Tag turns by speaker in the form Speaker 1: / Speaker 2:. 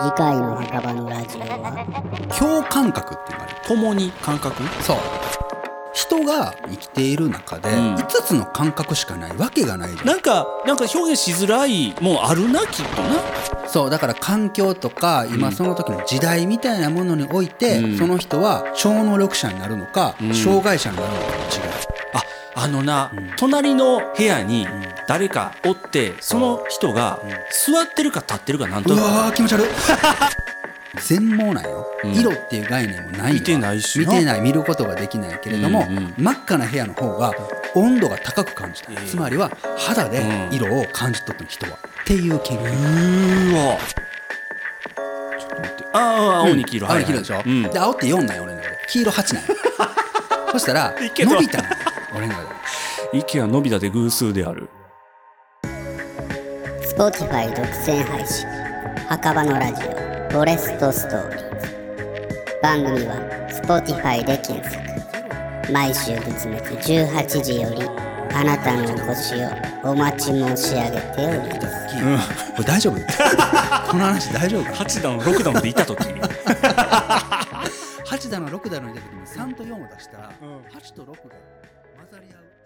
Speaker 1: 次回の墓場のラジオは
Speaker 2: 共感覚っていうのがある共に感覚
Speaker 3: そう
Speaker 2: 人が生きている中で
Speaker 3: うん
Speaker 2: 5つの感覚しかないわけがないじゃん
Speaker 3: なんかなんか表現しづらいもんあるなきっとな
Speaker 2: そうだから環境とか今その時の時代みたいなものにおいて、
Speaker 3: うん
Speaker 2: その人は超能力者になるのか、
Speaker 3: ん
Speaker 2: 障害者になるのかの違い
Speaker 3: ああのな、隣の部屋に誰かおってその人が座ってるか立ってるかなんと
Speaker 2: う
Speaker 3: なく
Speaker 2: わー気 持ち悪い全盲なんよ、色っていう概念もないよ
Speaker 3: 見てないし
Speaker 2: 見
Speaker 3: な
Speaker 2: てない見ることができないけれども、
Speaker 3: うんうん
Speaker 2: 真っ赤な部屋の方が温度が高く感じた、
Speaker 3: ええ
Speaker 2: つまりは肌で
Speaker 3: うん
Speaker 2: 色を感じ取った人は、っていう研究
Speaker 3: うーわちょっと待ってああ青に黄色、
Speaker 2: 青
Speaker 3: はい
Speaker 2: に
Speaker 3: は
Speaker 2: 黄色
Speaker 3: い
Speaker 2: でしょ、
Speaker 3: うん
Speaker 2: で青って4なんよ俺の中で黄色8なんよ そしたら
Speaker 3: いいけど
Speaker 2: 伸びたのよ俺の中で。
Speaker 3: 意見はのび太で偶数である
Speaker 1: Spotify 独占配信墓場のラジオフォレストストーリーズ番組は Spotify で検索毎週月末18時よりあなたのお越しをお待ち申し上げております
Speaker 2: これ大 丈夫この話大丈夫かな
Speaker 3: 8段6段までいった時に
Speaker 2: 8だの6だの入れた時に3と4を出したら8と6が混ざり合う。